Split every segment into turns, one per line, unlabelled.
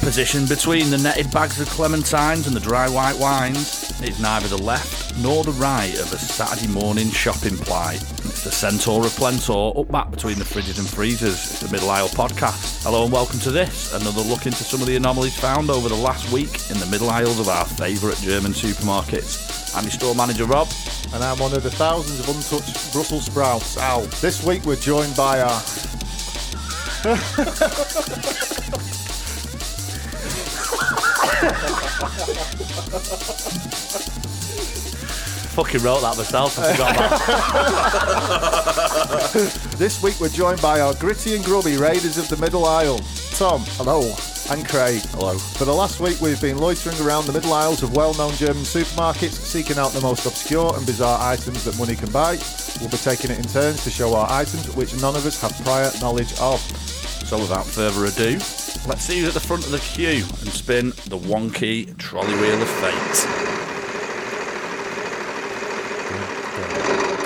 position between the netted bags of clementines and the dry white wines is neither the left nor the right of a Saturday morning shopping ply. It's the centaur of Plentor up back between the fridges and freezers. It's the Middle Isle podcast. Hello and welcome to this, another look into some of the anomalies found over the last week in the middle aisles of our favourite German supermarkets. I'm your store manager, Rob.
and I'm one of the thousands of untouched Brussels sprouts. Ow. This week we're joined by our.
Fucking wrote that myself. I forgot about that.
This week we're joined by our gritty and grubby raiders of the middle aisle, Tom. Hello. And Craig.
Hello.
For the last week, we've been loitering around the middle aisles of well-known German supermarkets, seeking out the most obscure and bizarre items that money can buy. We'll be taking it in turns to show our items, which none of us have prior knowledge of.
So without further ado, let's see who's at the front of the queue and spin the wonky trolley wheel of fate.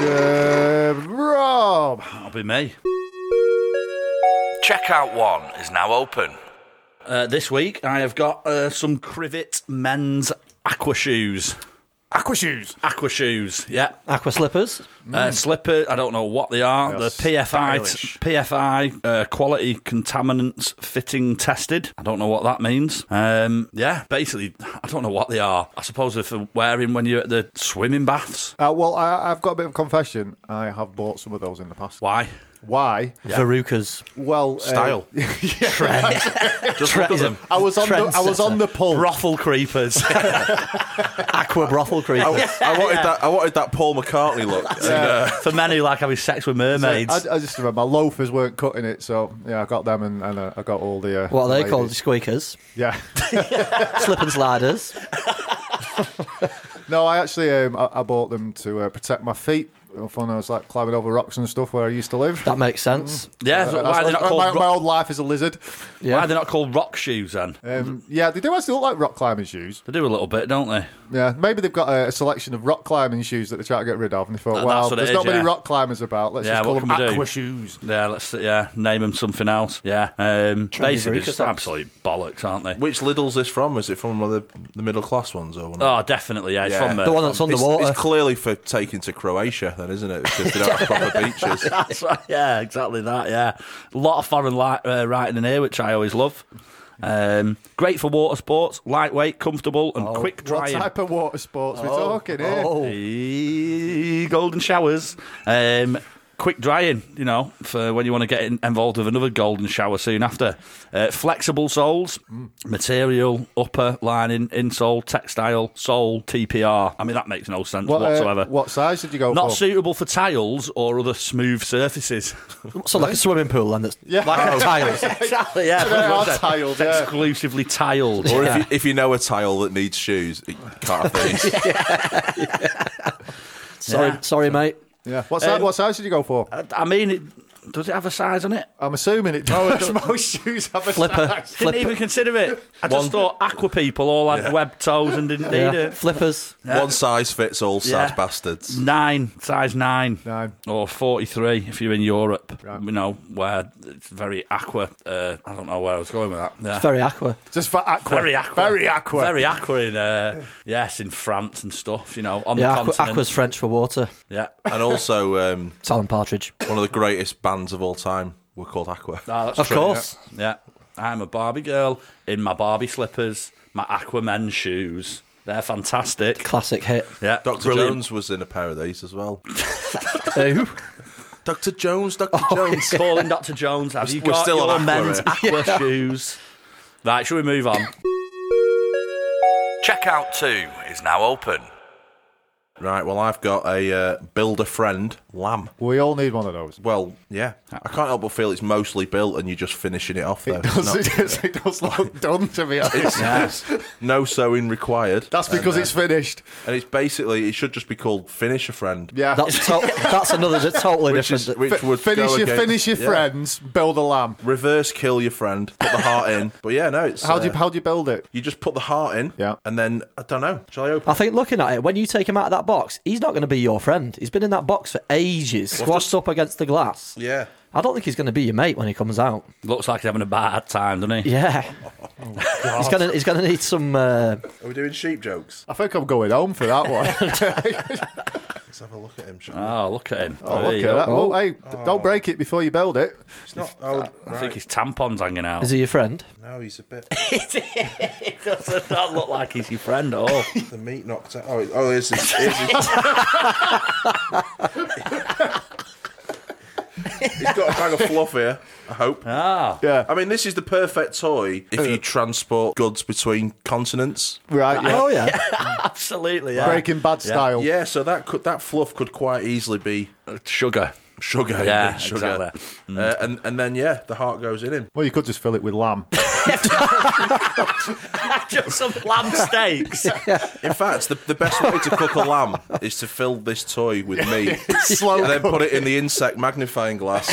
Uh, Rob.
That'll be me. Checkout one is now open. Uh, this week I have got uh, some Crivet men's aqua shoes.
Aqua shoes. Mm.
Aqua shoes, yeah.
Aqua slippers.
Uh, slipper, I don't know what they are.
They are
They're PFI,
stylish.
PFI uh, quality contaminants fitting tested. I don't know what that means. Um, yeah, basically, I don't know what they are. I suppose they're for wearing when you're at the swimming baths.
Uh, well, I, I've got a bit of a confession. I have bought some of those in the past.
Why?
Why?
Verucas.
Well, uh,
Style. Just look at them.
I was on the I was on the pulse.
Brothel creepers.
Aqua brothel creepers.
I wanted that. I wanted that Paul McCartney look.
For men who like having sex with mermaids.
I, I just remember my loafers weren't cutting it, so yeah, I got them and, and uh, I got all the. Uh,
what are they
the
called?
ladies.
Squeakers.
Yeah.
Slip and sliders.
no, I actually um, I, I bought them to uh, protect my feet. When I was like climbing over rocks and stuff where I used to live.
That makes sense.
yeah,
Uh,
so why
that's-
are they not
my,
called
my,
rock,
old life is a lizard.
why are
Yeah.
they not called rock shoes then?
Um, yeah, they do actually look like rock climbing shoes.
They do a little bit, don't they?
Yeah, maybe they've got a, a selection of rock climbing shoes that they try to get rid of, and they thought,
That-
well,
that's what it
there's
is,
not many
yeah.
rock climbers about. Let's
Yeah,
just call
what
them
can we do?
Aqua shoes.
Yeah, let's yeah, name them something else. Yeah, um, basically,
Veruca
it's
socks.
absolute bollocks, aren't they?
Which Lidl's this from? Is it from one of the, the middle class ones or? One
Oh, definitely. Yeah, it's
Yeah.
from uh, the.
The one that's on the
it's,
water.
it's clearly for taking to Croatia, then, isn't it? Because they don't have proper beaches.
That's right, yeah, exactly that. Yeah, a lot of foreign li- uh, writing in here, which I always love. Um, great for water sports, lightweight, comfortable, and quick
Oh, What
drying.
type of water sports we're talking here?
Oh.
Eh, golden showers. Um, quick drying, you know, for when you want to get in, involved with another golden shower soon after. Uh, flexible soles,
Mm.
material, upper lining, insole, textile, sole, TPR. I mean, that makes no sense
What, uh,
whatsoever.
what size did you go
Not
for?
suitable for tiles or other smooth surfaces.
So like a swimming pool then that's
Yeah.
like
Oh.
a tiles.
exactly, yeah.
They are tiled, yeah.
Exclusively tiled.
Or if you, if you know a tile that needs shoes, it can't have these.
Sorry,
Yeah.
sorry, mate.
Yeah. What, size,
Um,
what size did you go for?
I- I mean, it, does it have a size on it?
I'm assuming it does. Most shoes have a
Flipper.
size.
Didn't even
Flipper.
consider it. I just thought aqua people all had web toes and didn't need
Yeah.
it.
Flippers.
One size fits all, sad
Yeah.
bastards.
Nine, size nine.
Nine.
Or 43 if you're in Europe,
Right.
you know, where it's very aqua. Uh, I don't know where I was going with that. Yeah.
Very aqua.
Just for aqua.
Very aqua.
Very aqua.
Very aqua in, uh, yes, in France and stuff, you know, on
Yeah,
the
aqua,
continent.
aqua's French for water.
Yeah.
And also, um,
Salmon partridge.
one of the greatest bands of all time were called Aqua.
Ah, that's
Of
true,
course.
Yeah. yeah. I'm a Barbie girl in my Barbie slippers, my Aquaman shoes. They're fantastic.
Classic hit.
Yeah.
Dr.
brilliant.
Jones was in a pair of these as well.
Ooh.
Dr. Jones, Dr.
Oh,
Jones.
Calling Dr. Jones. Have you
We're
got
still on
your
Aqua
men's
here.
aqua shoes? Right, shall we move on? Checkout 2 is now open.
Right, well, I've got a uh, build a friend lamb.
We all need one of those.
Well, yeah. I can't help but feel it's mostly built and you're just finishing it off, though.
Ah. It
It's
does,
not-
it, does, it does look done, to be honest.
no sewing required.
That's because
and, uh,
it's finished.
And it's basically, it should just be called finish a friend.
Yeah.
That's to- that's another that's totally
Which,
different.
is, which
Fi-
would
finish,
go
your,
against-
finish your
yeah.
friends, build a lamb.
Reverse kill your friend, put the heart in. But yeah, no, it's.
How do, you,
uh,
how do you build it?
You just put the heart in,
Yeah. Ah.
and then I don't know. Shall I open?
I think looking at it, when you take him out of that box, he's not going to be your friend. He's been in that box for ages, squashed up against the glass.
it? Yeah,
I don't think he's going to be your mate when he comes out.
Looks like he's having a bad time, doesn't he?
Yeah.
Oh,
He's gonna he's gonna need some. Uh,
Are we doing sheep jokes?
I think I'm going home for that one.
Let's have a look at him. shall we?
Oh, look at him.
oh,
There
look
you
at
go.
that. Well, hey, d- don't break it before you build it.
It's not. Oh,
I think
right.
his tampon's hanging out.
is he your friend?
No, he's a bit.
It doesn't not look like he's your friend at all.
The meat knocked out. Oh, it- oh, is his. Is his. He's got a bag of fluff here. I hope.
Ah,
Yeah.
I mean, this is the perfect toy if you transport goods between continents.
Right. Yeah.
Oh yeah.
absolutely. Yeah.
Breaking Bad style.
Yeah, so that could that fluff could quite easily be
Sugar.
sugar.
Yeah,
yeah, sugar.
exactly.
Uh, and and then yeah, the heart goes in him.
Well, you could just fill it with lamb.
Just some lamb steaks.
In fact, the, the best way to cook a lamb is to fill this toy with meat
Slow
and then put it in the insect magnifying glass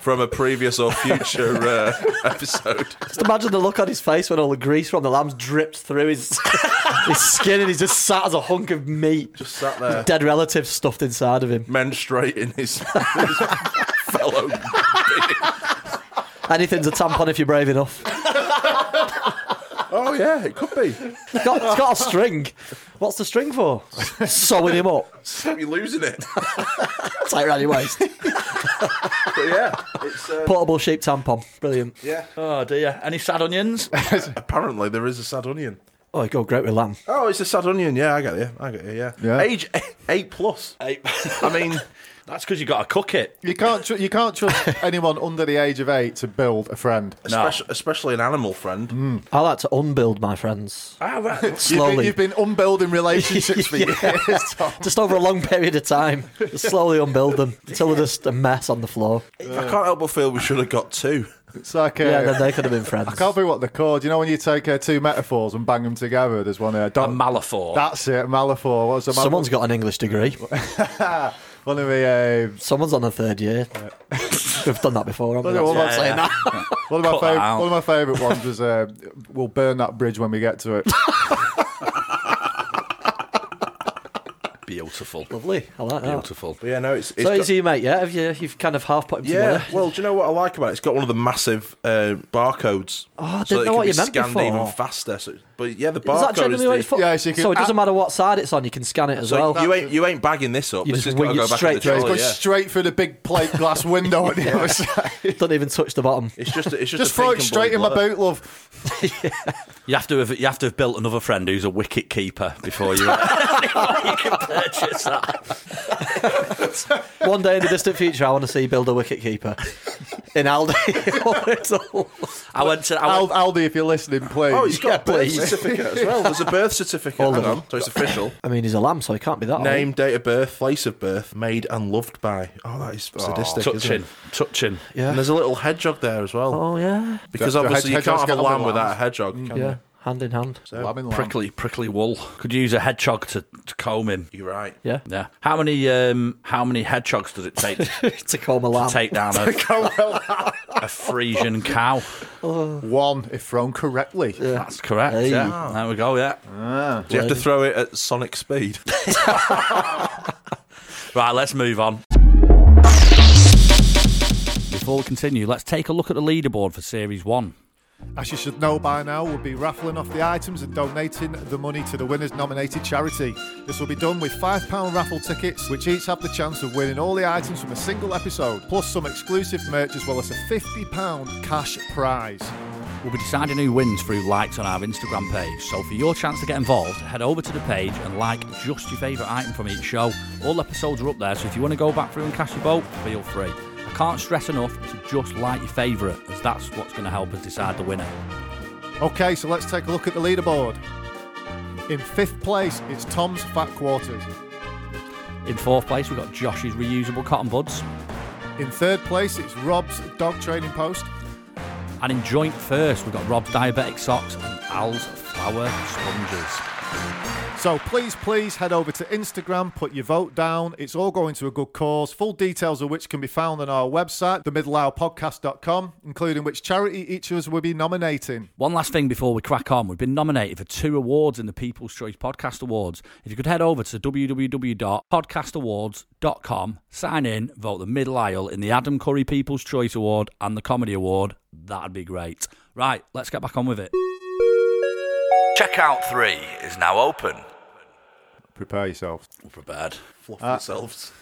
from a previous or future uh, episode.
Just imagine the look on his face when all the grease from the lambs dripped through his his skin, and he's just sat as a hunk of meat,
Just sat there
dead relatives stuffed inside of him.
menstruating his, his fellow.
Anything's a tampon if you're brave enough.
Oh yeah, it could be.
It's got, it's got a string. What's the string for? Sewing him up.
You're losing it.
Tight around your waist.
But yeah, it's uh,
Portable sheep tampon. Brilliant.
yeah.
Oh dear. Any sad onions?
Apparently, there is a sad onion.
Oh, you go great with lamb.
Oh, it's a sad onion. Yeah, I get you. I get you. Yeah.
Yeah.
Age eight plus. I mean,
That's because you got to cook it.
You can't. Tr- you can't trust anyone under the age of eight to build a friend.
No.
especially, especially an animal friend.
I like to unbuild my friends
Ah, right.
You've been,
slowly,
you've been unbuilding relationships for years. Tom.
just over a long period of time. Just slowly unbuild them until they're just a mess on the floor.
I can't help but feel we should have got two.
It's like uh,
Yeah, then they could have been friends.
I can't think what they're called. You know when you take uh, two metaphors and bang them together. There's one there.
A
Don't,
malafor.
that's it. Malaphor. What's the mal-
Someone's got an English degree.
one of the. Uh,
Someone's on a third year. We've done that before, haven't
I don't know
we?
what I'm
Yeah,
saying.
yeah.
One of my
Cut that
fav-
out.
one of my favourite ones was uh, "We'll burn that bridge when we get to it."
Beautiful.
Lovely. I like that.
Beautiful.
But yeah, no, it's, it's
So
got-
is you, mate? Yeah, have you? You've kind of half put him
yeah.
together.
Well, do you know what I like about it? It's got one of the massive uh, barcodes. Oh,
I didn't
so that
know
it can
what
be
you meant
scanned
before.
even faster. So, but yeah, the
Is
barcode
that
is,
generally
the-
what it's for?
Yeah, so you can-
it doesn't matter what side it's on. You can scan it as
so
well.
you ain't you ain't bagging this up.
You
this
just
has got
wing
to
it
go back
straight
in the
through.
It's
trolley,
going
Oh, yeah.
straight through the big plate glass window on the other side.
Don't even touch the bottom.
It's just it's just,
Just
a
throw
pink
it
and
straight
blue
in my
blur.
boot, love.
You have to have you have to have built another friend who's a wicket keeper before you, before you can purchase that.
One day in the distant future, I want to see you build a wicket keeper in Aldi or it's all-
I went to I
Al-
went,
Aldi, if you're listening, please.
Oh, he's got
Yeah,
a birth
please.
certificate as well. There's a birth certificate.
All
Hang
of
on, so it's official.
I mean, he's a lamb, so he can't be that
Name, date of birth, place of birth, made and loved by. Oh, that is sadistic. isn't
touching
it?
touching.
Yeah.
And there's a little hedgehog there as well.
old. Oh yeah,
Because
Do- do
obviously you
hedge-
can't have a
hedgehogs get
lamb
along with
without a
lambs?
hedgehog, can
yeah,
you?
hand in hand.
Lamb and lamb.
Prickly prickly wool. Could use a hedgehog to, to comb him.
You're right.
Yeah,
Yeah. How many um how many hedgehogs does it take to
to comb a lamb.
take down a, a Frisian cow?
One, if thrown correctly.
That's correct.
Hey.
Yeah. There we go. Yeah.
Do you have to throw it at sonic speed?
Right. Let's move on. Before we continue, let's take a look at the leaderboard for Series One.
As you should know by now, we'll be raffling off the items and donating the money to the winner's nominated charity. This will be done with £5 raffle tickets, which each have the chance of winning all the items from a single episode, plus some exclusive merch as well as a £50 cash prize.
We'll be deciding who wins through likes on our Instagram page. So for your chance to get involved, head over to the page and like just your favourite item from each show. All episodes are up there, so if you want to go back through and cast your vote, feel free. I can't stress enough to just like your favourite, as that's what's going to help us decide the winner.
Okay, so let's take a look at the leaderboard. In fifth place, it's Tom's Fat Quarters.
In fourth place, we've got Josh's reusable cotton buds.
In third place, it's Rob's Dog Training Post.
And in joint first, we've got Rob's diabetic socks and Al's flour sponges.
So please, please head over to Instagram, put your vote down. It's all going to a good cause. Full details of which can be found on our website, themidlowpodcast.com, including which charity each of us will be nominating.
One last thing before we crack on. We've been nominated for two awards in the People's Choice Podcast Awards. If you could head over to www.podcastawards.com, sign in, vote the middle aisle in the Adam Curry People's Choice Award and the Comedy Award. That'd be great. Right, let's get back on with it. Checkout three is now open.
Prepare yourself.
We're prepared.
Fluff yourselves.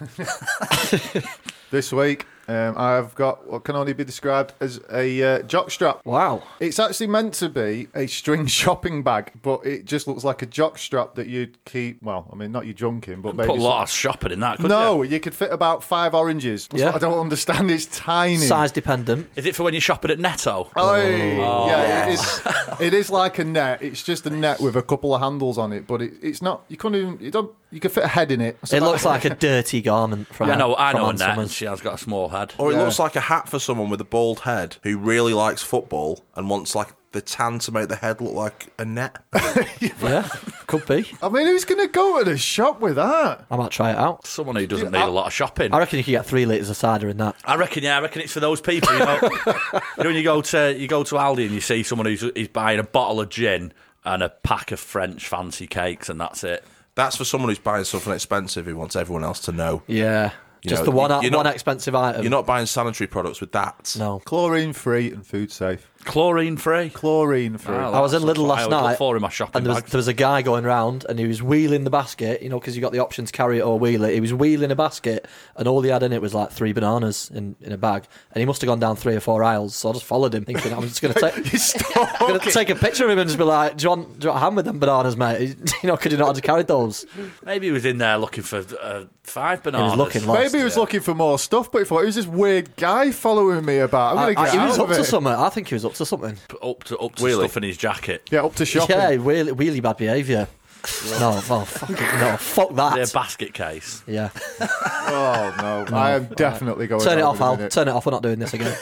This week, um, I've got what can only be described as a uh, jockstrap.
Wow.
It's actually meant to be a string shopping bag, but it just looks like a jockstrap that you'd keep. Well, I mean, not you junk in, but maybe.
Put a
some-
lot of shopping in that. couldn't
no,
you?
you could fit about five oranges. That's
Yeah.
what I don't understand. It's tiny.
Size dependent.
Is it for when you're shopping at Netto?
Oh, Oi.
Oh,
yeah, it is. It is like a net. It's just a net with a couple of handles on it, but it, it's not. You couldn't even. You don't. You could fit a head in it. That's
It
about
looks like a dirty garment from.
I know, I
from
know a
Ann
net.
Summers.
She has got a small head.
Or it looks like a hat for someone with a bald head who really likes football and wants like the tan to make the head look like a net.
Yeah, could be.
I mean, who's going to go to the shop with that?
I might try it out.
Someone who doesn't need a lot of shopping.
I reckon you could get three litres of cider in that.
I reckon, yeah, I reckon it's for those people. You know, you know when you go to you go to Aldi and you see someone who's is buying a bottle of gin and a pack of French fancy cakes, and that's it.
That's for someone who's buying something expensive who wants everyone else to know.
Yeah.
You
Just
know,
the one,
you're
one
not-
expensive item.
You're not buying sanitary products with that.
No.
Chlorine free and food safe.
Chlorine free.
Chlorine free.
Oh,
I was in
that's
Lidl
what I
last
would look
night.
for in my shopping
and there was,
bags.
there was a guy going round and he was wheeling the basket, you know, because you got the option to carry it or wheel it. He was wheeling a basket and all he had in it was like three bananas in, in a bag. And he must have gone down three or four aisles. So I just followed him thinking, I'm just going to take. I'm gonna take a picture of him and just be like, "Do you want, do you want a hand with them bananas, mate? You know, could you not have carried those?"
Maybe he was in there looking for uh, five
He
bananas.
was looking lost.
Maybe he was looking for more stuff, but he thought, who's this weird guy following me about?
I-
I'm going to
I-
get
he
out
was
of
up to
it.
something. I think he was up to something.
up to up to
Really?
stuff in his jacket.
Yeah, up to shopping.
Yeah, really, really bad behaviour. no, well, fuck it, no, fuck
Their
that.
basket case.
Yeah,
Oh, no. I am definitely going
turn it
out
off,
in a
Al.
minute.
Turn it off. We're not doing this again.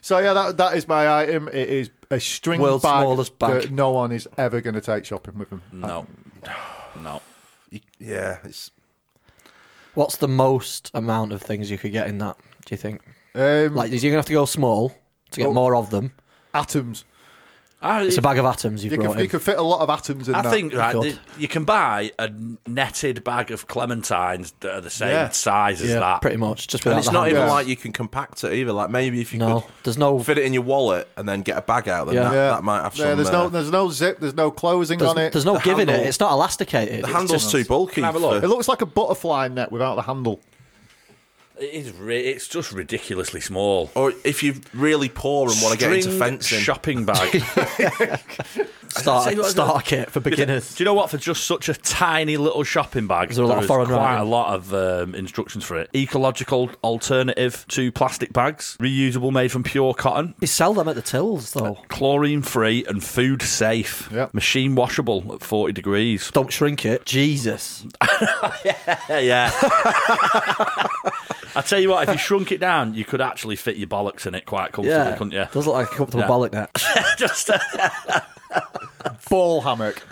So, yeah, that, that is my item. It is a string
World's
bag,
smallest bag.
that no one is ever going to take shopping with them.
No, no.
You- Yeah, it's
What's the most amount of things you could get in that? Do you think?
Um,
Like, you're gonna have to go small to get
Oh.
more of them.
atoms.
I,
It's a bag of atoms you've
You
brought
could, you
in.
could fit a lot of atoms in
I
that.
think right,
God.
th- you can buy a netted bag of clementines that are the same
Yeah.
size as
yeah,
that.
pretty much. Just
and
without
it's
the
not even
handles.
Yeah.
like you can compact it either. Like maybe if you
No,
could
there's no.
fit it in your wallet and then get a bag out, then
Yeah.
that,
Yeah.
that might have some.
Yeah, there's no
uh,
there's no zip, there's no closing
There's,
on it.
there's no
the
giving it.
handle-
It's not elasticated.
the
it's
handle's
just-
too bulky.
Can I have a look?
for-
it looks like a butterfly net without the handle.
It is. Ri- it's just ridiculously small.
or if you're really poor and want to get into
String
fencing,
shopping bag. Tell you
starter
what,
starter kit for
Do
beginners.
you know what? For just such a tiny little shopping bag,
Is there a lot of foreign
quite
writing?
a lot of um, instructions for it. Ecological alternative to plastic bags, reusable, made from pure cotton,
They sell them at the tills though.
chlorine free, and food safe.
Yeah.
Machine washable at forty degrees.
Don't shrink it. Jesus.
Yeah, yeah. I tell you what, if you shrunk it down, you could actually fit your bollocks in it quite comfortably,
Yeah.
couldn't you?
Does look like a comfortable
Yeah.
bollock net.
just uh,
Ball hammock.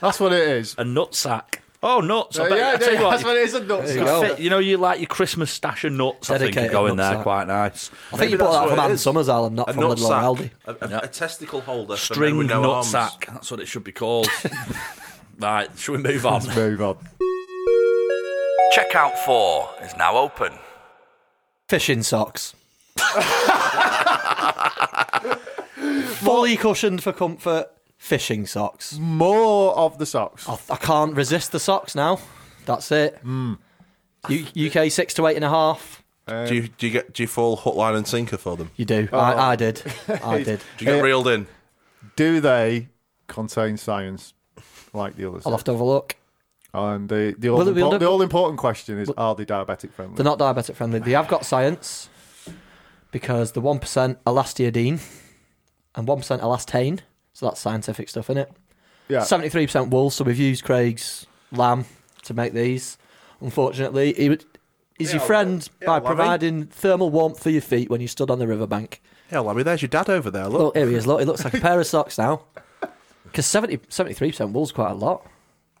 that's what it is.
a nutsack. Oh, nuts! I
Uh,
bet,
yeah,
I tell
yeah,
you what,
that's what it is. A nut.
you
You,
go.
fit- you know, you like your Christmas stash of nuts. I think
Dedicated
you go in
nuts,
there
that.
quite nice.
I think you bought
that's
that
what
from
it
Ann
is.
Summers, Alan, not
a
from Lidl or Aldi.
nutsack, a, a, a testicle holder, for men
String
with no arms.
nutsack. That's what it should be called. right, shall we move on?
Move on.
Checkout four is now open.
Fishing socks. Fully cushioned for comfort. Fishing socks.
More of the socks.
I, I can't resist the socks now. That's it.
Hmm.
U- UK six to eight and a half.
Do you do you get do you fall hook line and sinker for them?
You do.
Oh.
I, I did. I did.
Do you get
Uh,
reeled in?
Do they contain science like the others?
I'll have to have a look.
And the the all,
Will it be
impor-
under-
the all important question is: Are they diabetic friendly?
They're not diabetic friendly. They have got science because the one percent elastiodine and one percent elastane. So that's scientific stuff in it.
yeah.
Seventy-three percent wool. So we've used Craig's lamb to make these. Unfortunately, he would. Is your friend by
lammy.
providing thermal warmth for your feet when you stood on the riverbank.
Yeah, Lammy, there's your dad over there. Look,
Look, here he is. Look, it looks like a pair of socks now. Because 73 percent wool's quite a lot.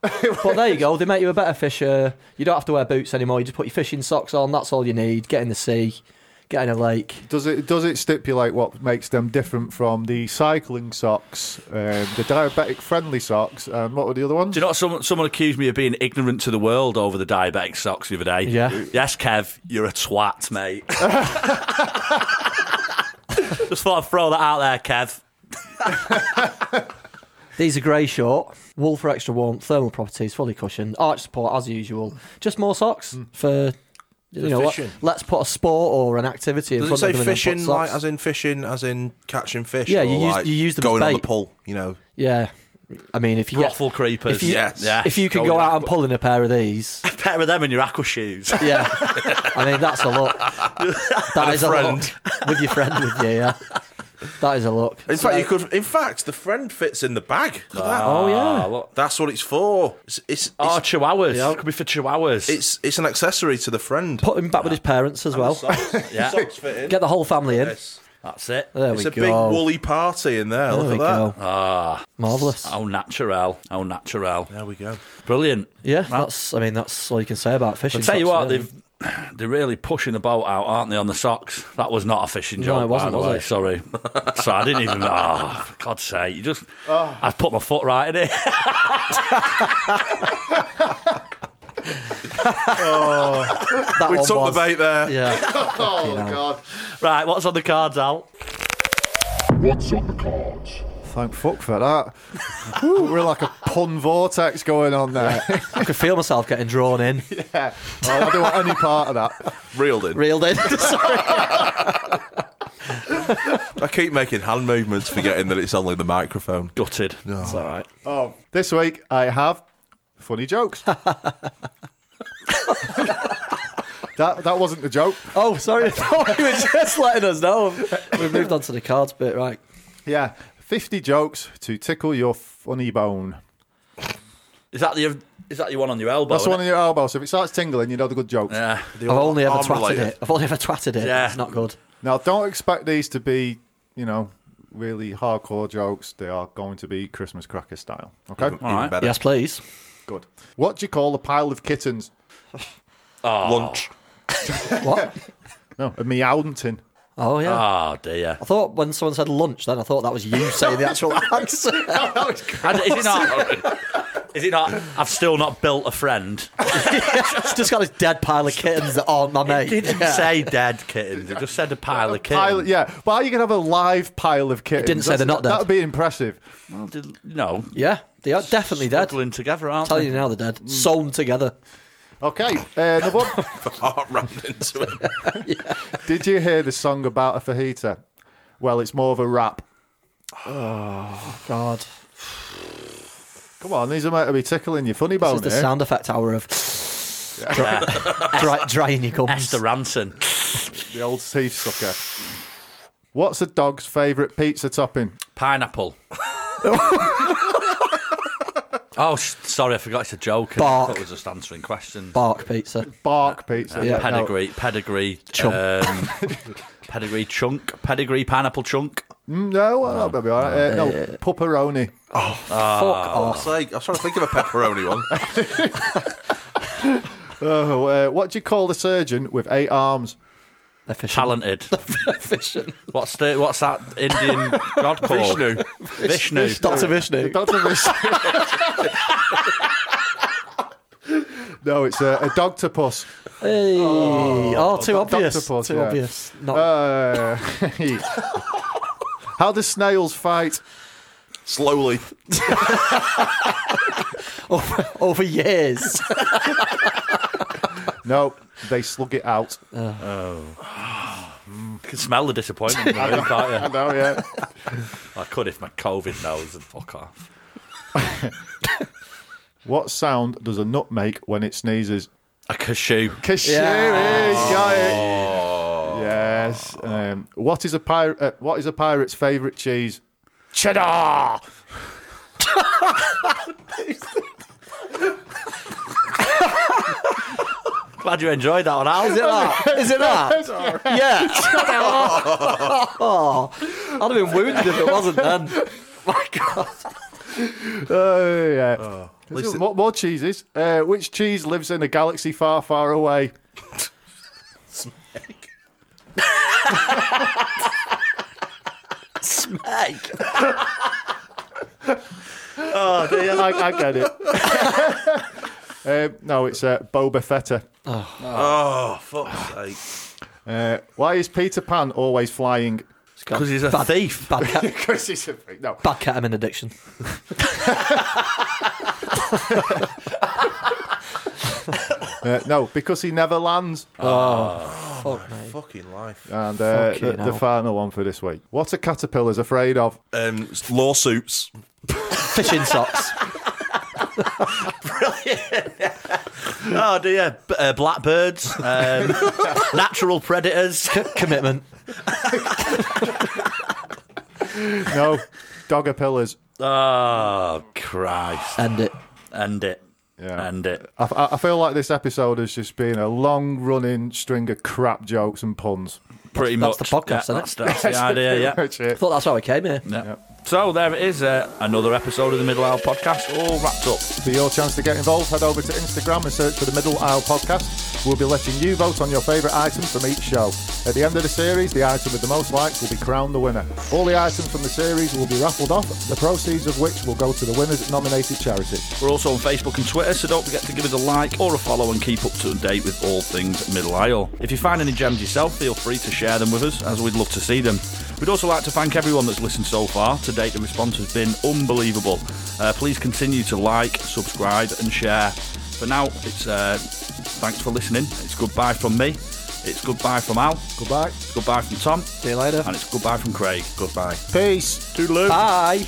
but there you go. They make you a better fisher. You don't have to wear boots anymore. You just put your fishing socks on. That's all you need. Get in the sea. Get in a lake.
Does it does it stipulate what makes them different from the cycling socks, um, the diabetic friendly socks, and what were the other ones?
Do you know what? Someone, someone accused me of being ignorant to the world over the diabetic socks the other day.
Yeah.
Yes, Kev, you're a twat, mate. Just thought I'd throw that out there, Kev.
These are grey short, wool for extra warmth, thermal properties, fully cushioned, arch support as usual. Just more socks for. You know what?
Mm. fishing.
Let's put a sport or an activity in
Does it
front
say
of them. and then put
fishing, like
socks.
as in fishing, as in catching fish?
Yeah, you
or,
use-
like,
you use them as
going on the
bait.
pull. You know,
Yeah, I mean, if you get-
Brothel creepers.
If you,
Yes.
Yeah.
if you could go out and pull in a pair of these,
a pair of them in your aqua shoes.
yeah, I mean that's a look. That is a,
friend.
look with your friend with you. Yeah, that is a look.
in fact, you could. In fact, the friend fits in the bag. Look at that.
Oh
Ah,
yeah,
look.
That's what it's for. It's it's it's,
Oh,
it's,
chihuahuas. Yeah, it could be for chihuahuas.
it's an accessory to the friend.
put him back with his parents as well.
Socks,
Yeah.
socks fit in.
Get the whole family in.
Yes.
That's it.
There
It's
we
a
go.
big woolly party in there.
there
Look
we
at
go.
that.
Ah, marvelous.
Au natural. Au natural.
There we go.
Brilliant.
Yeah, that's. I mean, that's all you can say about fishing.
I'll tell you
socks,
what,
really.
they've, they're really pushing the boat out, aren't they, on the socks? That was not a fishing job.
it wasn't,
by the
was
way.
it?
Sorry. so I didn't even. Oh, for God's sake. You just. I've put my foot right in it.
That
We
one
took
was-
the bait there.
Yeah,
oh God!
right, what's on the cards, Al?
What's on the cards?
Thank fuck for that. Whew, We're like a pun vortex going on there.
I could feel myself getting drawn in,
Yeah. Oh, I don't want any part of that.
Reeled in.
reeled in. Sorry.
I keep making hand movements, forgetting that it's only the microphone.
Gutted. It's all right.
Oh, this week I have funny jokes. that that wasn't the joke.
Oh, sorry. I thought you were just letting us know. We've moved on to the cards bit, right?
Yeah, fifty jokes to tickle your funny bone.
Is that the is that your one on your elbow?
That's the
innit?
one in your elbow. So if it starts tingling, you know the good jokes.
Yeah.
I've only ever
arm
twatted
related.
it. I've only ever twatted it.
Yeah.
It's not good.
Now, don't expect these to be, you know, really hardcore jokes. They are going to be Christmas cracker style. Okay,
Even
right.
better.
Yes, please.
good. What do you call a pile of kittens?
Lunch.
What?
No, a meowington.
Oh yeah.
Oh, dear.
I thought when someone said lunch, then I thought that was you saying the actual answer.
And is it not? Is it not? I've still not built a friend.
it's just got this dead pile of kittens that aren't my mate.
Didn't
Yeah.
say dead kittens. It just said a pile of kittens.
Pile, yeah, but are you gonna have a live pile of kittens?
didn't say they're not dead.
That would be impressive.
Did- No.
Yeah, they are definitely dead.
Struggling together, aren't
tell
they?
you now, they're dead. Sewn together.
Okay, uh, number one.
Heart rammed into it.
Did you hear the song about a fajita? Well, it's more of a rap.
God.
Come on, these are meant to be tickling your funny
This
Oh,
bone
is the
here.
sound effect hour of dry, drying your gums.
Esther Ranson.
The old teeth sucker. What's a dog's favourite pizza topping?
Pineapple. oh, s- sorry, I forgot it's a joke.
Bark.
I thought I was just answering questions.
Bark pizza.
Bark pizza.
Yeah.
no.
Pedigree, pedigree, chunk. Um, pedigree chunk, pedigree pineapple chunk.
Mm, No, well, that'll be all right. Uh, no, pepperoni.
Ah.
Fuck off.
It's like, I was trying to think of a pepperoni one.
Oh, uh, what do you call the surgeon with eight arms?
They're fishing.
Talented.
Fishing.
What's the, what's that Indian god called?
Vishnu.
Vishnu.
Dr. Vishnu.
Doctor no, it's a, a dogtopus.
Hey. Oh, too
Doc-
obvious.
Doctopus,
too
yeah.
obvious. Not
Uh, how do snails fight?
Slowly.
over, over years.
No, they slug it out.
You can smell the disappointment. in the room,
I
can't
know, yeah.
you? I could if my COVID nose would fuck off.
What sound does a nut make when it sneezes?
A cashew.
Kashiri, got it. Oh. Yes. Um, what is a pirate? Uh, what is a pirate's favourite cheese?
Cheddar. Glad you enjoyed that one, Al.
Is it that? Is it that? yeah. oh, I'd have been wounded if it wasn't then. My God.
Oh yeah.
least it-
What more cheeses? Uh, which cheese lives in a galaxy far, far away?
Smeg.
Oh, dear, I, I get it. um, no, it's uh, Boba Fetta.
Oh, fuck's sake.
Uh, why is Peter Pan always flying?
Because he's a
bad,
thief.
Bad cat,
Because he's a freak. No.
bad catamine addiction.
Uh, no, because he never lands.
Fuck, mate.
Fucking life.
And uh, the,
Fucking
the
hell.
final one for this week. What are caterpillars afraid of?
Um, it's lawsuits.
Fishing socks.
Oh dear, B- uh, blackbirds, um, natural predators.
Commitment.
No, dogger pillars.
Oh Christ!
End it.
End it.
Yeah.
End it.
I, I- I feel like this episode has just been a long running string of crap jokes and puns.
Pretty
that's
much.
the podcast,
yeah,
isn't it?
that's, that's the idea. Yeah.
That's
I
it.
thought that's why we came here.
Yeah. So there it is, uh, another episode of the Middle Isle podcast, all wrapped up.
For your chance to get involved, head over to Instagram and search for the Middle Isle Podcast. We'll be letting you vote on your favourite item from each show. At the end of the series, the item with the most likes will be crowned the winner. All the items from the series will be raffled off, the proceeds of which will go to the winner's nominated charity.
We're also on Facebook and Twitter, so don't forget to give us a like or a follow and keep up to date with all things Middle Isle. If you find any gems yourself, feel free to share them with us, as we'd love to see them. We'd also like to thank everyone that's listened so far. To date, the response has been unbelievable. Uh, please continue to like, subscribe, and share. For now, it's uh, thanks for listening. It's goodbye from me. It's goodbye from Al.
Goodbye.
It's goodbye from Tom.
See you later.
And it's goodbye from Craig.
Goodbye.
Peace.
Toodaloo.
Bye.